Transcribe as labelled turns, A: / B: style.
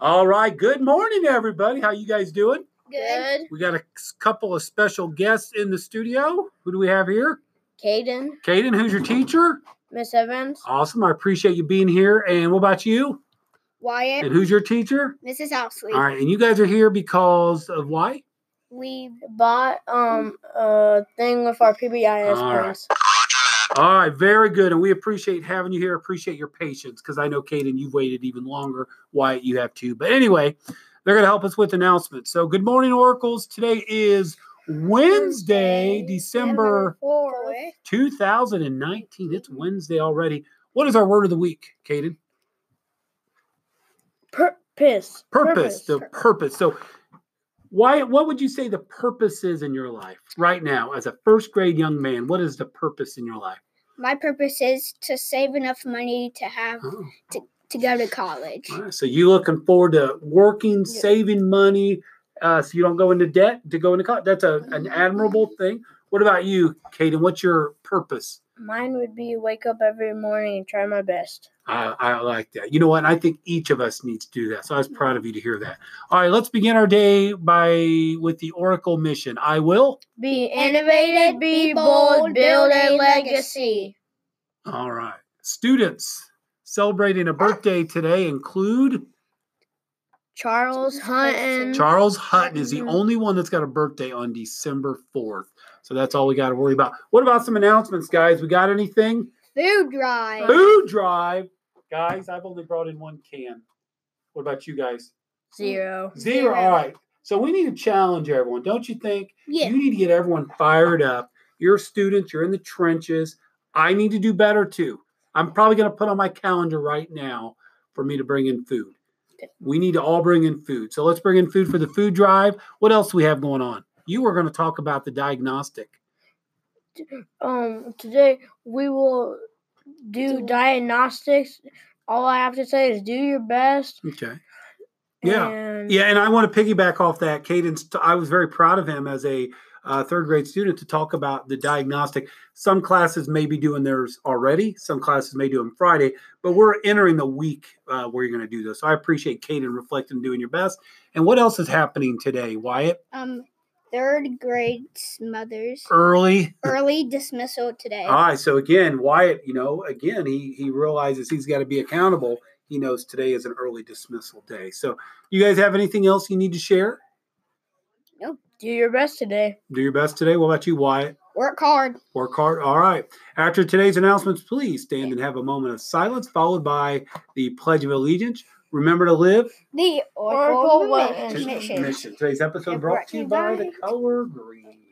A: All right. Good morning, everybody. How you guys doing?
B: Good.
A: We got a couple of special guests in the studio. Who do we have here?
B: Caden,
A: Kaden, who's your teacher?
B: Miss Evans,
A: Awesome. I appreciate you being here. And what about you?
B: Wyatt,
A: And who's your teacher?
B: Mrs. Housley.
A: All right. And you guys are here because of why?
B: We bought um a thing with our PBIS
A: All right.
B: points.
A: All right. Very good. And we appreciate having you here. Appreciate your patience because I know, Kaden, you've waited even longer. Wyatt, you have too. But anyway, they're going to help us with announcements. So, good morning, Oracles. Today is Wednesday, December
B: fourth.
A: 2019. It's Wednesday already. What is our word of the week, Kaden?
B: Purpose.
A: purpose, the purpose. So, why? What would you say the purpose is in your life right now, as a first grade young man? What is the purpose in your life?
B: My purpose is to save enough money to have
A: Oh,
B: to go to college.
A: all right. So you looking forward to working,
B: Yeah.
A: saving money, uh, so you don't go into debt to go into college. That's a, an admirable thing. What about you, Kaden? What's your purpose?
B: Mine would be wake up every morning and try my best.
A: I, I like that. You know what? I think each of us needs to do that. So I was proud of you to hear that. All right, let's begin our day by with the Oracle mission. I will.
B: Be innovative, be bold, build a legacy.
A: All right. Students celebrating a birthday today include
B: Charles Hutton.
A: Charles Hutton is the
B: Mhm.
A: only one that's got a birthday on December 4th. So that's all we got to worry about. What about some announcements, guys? We got anything?
B: Food drive.
A: Food drive. Guys, I've only brought in one can. What about you guys?
B: Zero.
A: Zero. All right. So we need to challenge everyone, don't you think?
B: Yeah.
A: You need to get everyone fired up. You're students, you're in the trenches. I need to do better too. I'm probably going to put on my calendar right now for me to bring in food. We need to all bring in food. So let's bring in food for the food drive. What else do we have going on? You were going to talk about the diagnostic.
B: Um, today we will do diagnostics. All I have to say is do your best.
A: Okay. Yeah.
B: and-
A: Yeah, and I want to piggyback off that. Cadence, I was very proud of him as a uh, third grade student to talk about the diagnostic. Some classes may be doing theirs already, some classes may do them Friday, but we're entering the week uh, where you're going to do this. So I appreciate Caden reflecting and doing your best. And what else is happening today, Wyatt?
C: Um, third grade's mothers
A: Early.
C: early dismissal today.
A: All right, so again, Wyatt, you know, again, he, he realizes he's got to be accountable. He knows today is an early dismissal day. So, you guys have anything else you need to share?
B: Do your best today.
A: Do your best today. What about you, Wyatt?
C: Work hard.
A: Work hard. All right. After today's announcements, please stand and have a moment of silence, followed by the Pledge of Allegiance. Remember to live.
C: The
B: Oracle
C: Oracle,
B: Women.
C: Women.
B: Mission.
A: Today's episode brought to you by the color green.